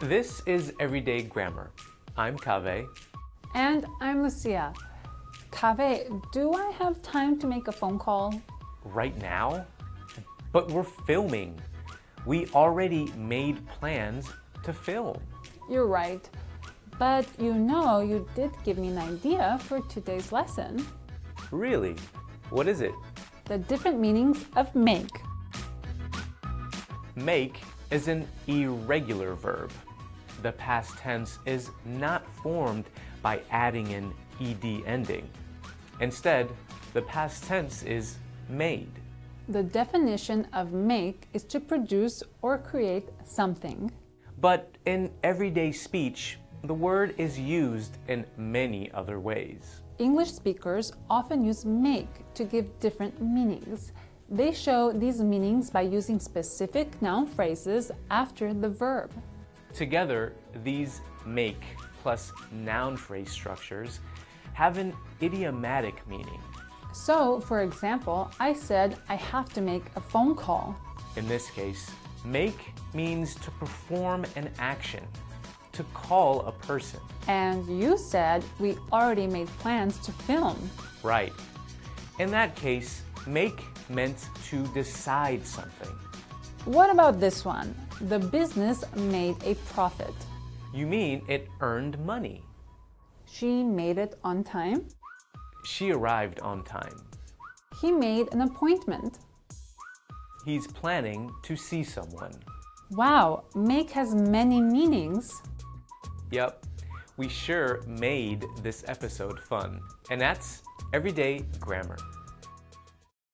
This is Everyday Grammar. I'm Kaveh. And I'm Lucia. Kaveh, do I have time to make a phone call? Right now? But we're filming. We already made plans to film. You're right. But you know, you did give me an idea for today's lesson Really? What is it? the different meanings of make. Make is an irregular verb. The past tense is not formed by adding an ed ending. Instead, the past tense is made. The definition of make is to produce or create something. But in everyday speech, the word is used in many other ways. English speakers often use make to give different meanings. They show these meanings by using specific noun phrases after the verb. Together, these make plus noun phrase structures have an idiomatic meaning. So, for example, I said I have to make a phone call. In this case, make means to perform an action, to call a person. And you said we already made plans to film. Right. In that case, make meant to decide something. What about this one? The business made a profit. You mean it earned money. She made it on time. She arrived on time. He made an appointment. He's planning to see someone. Wow, make has many meanings. Yep, we sure made this episode fun. And that's everyday grammar.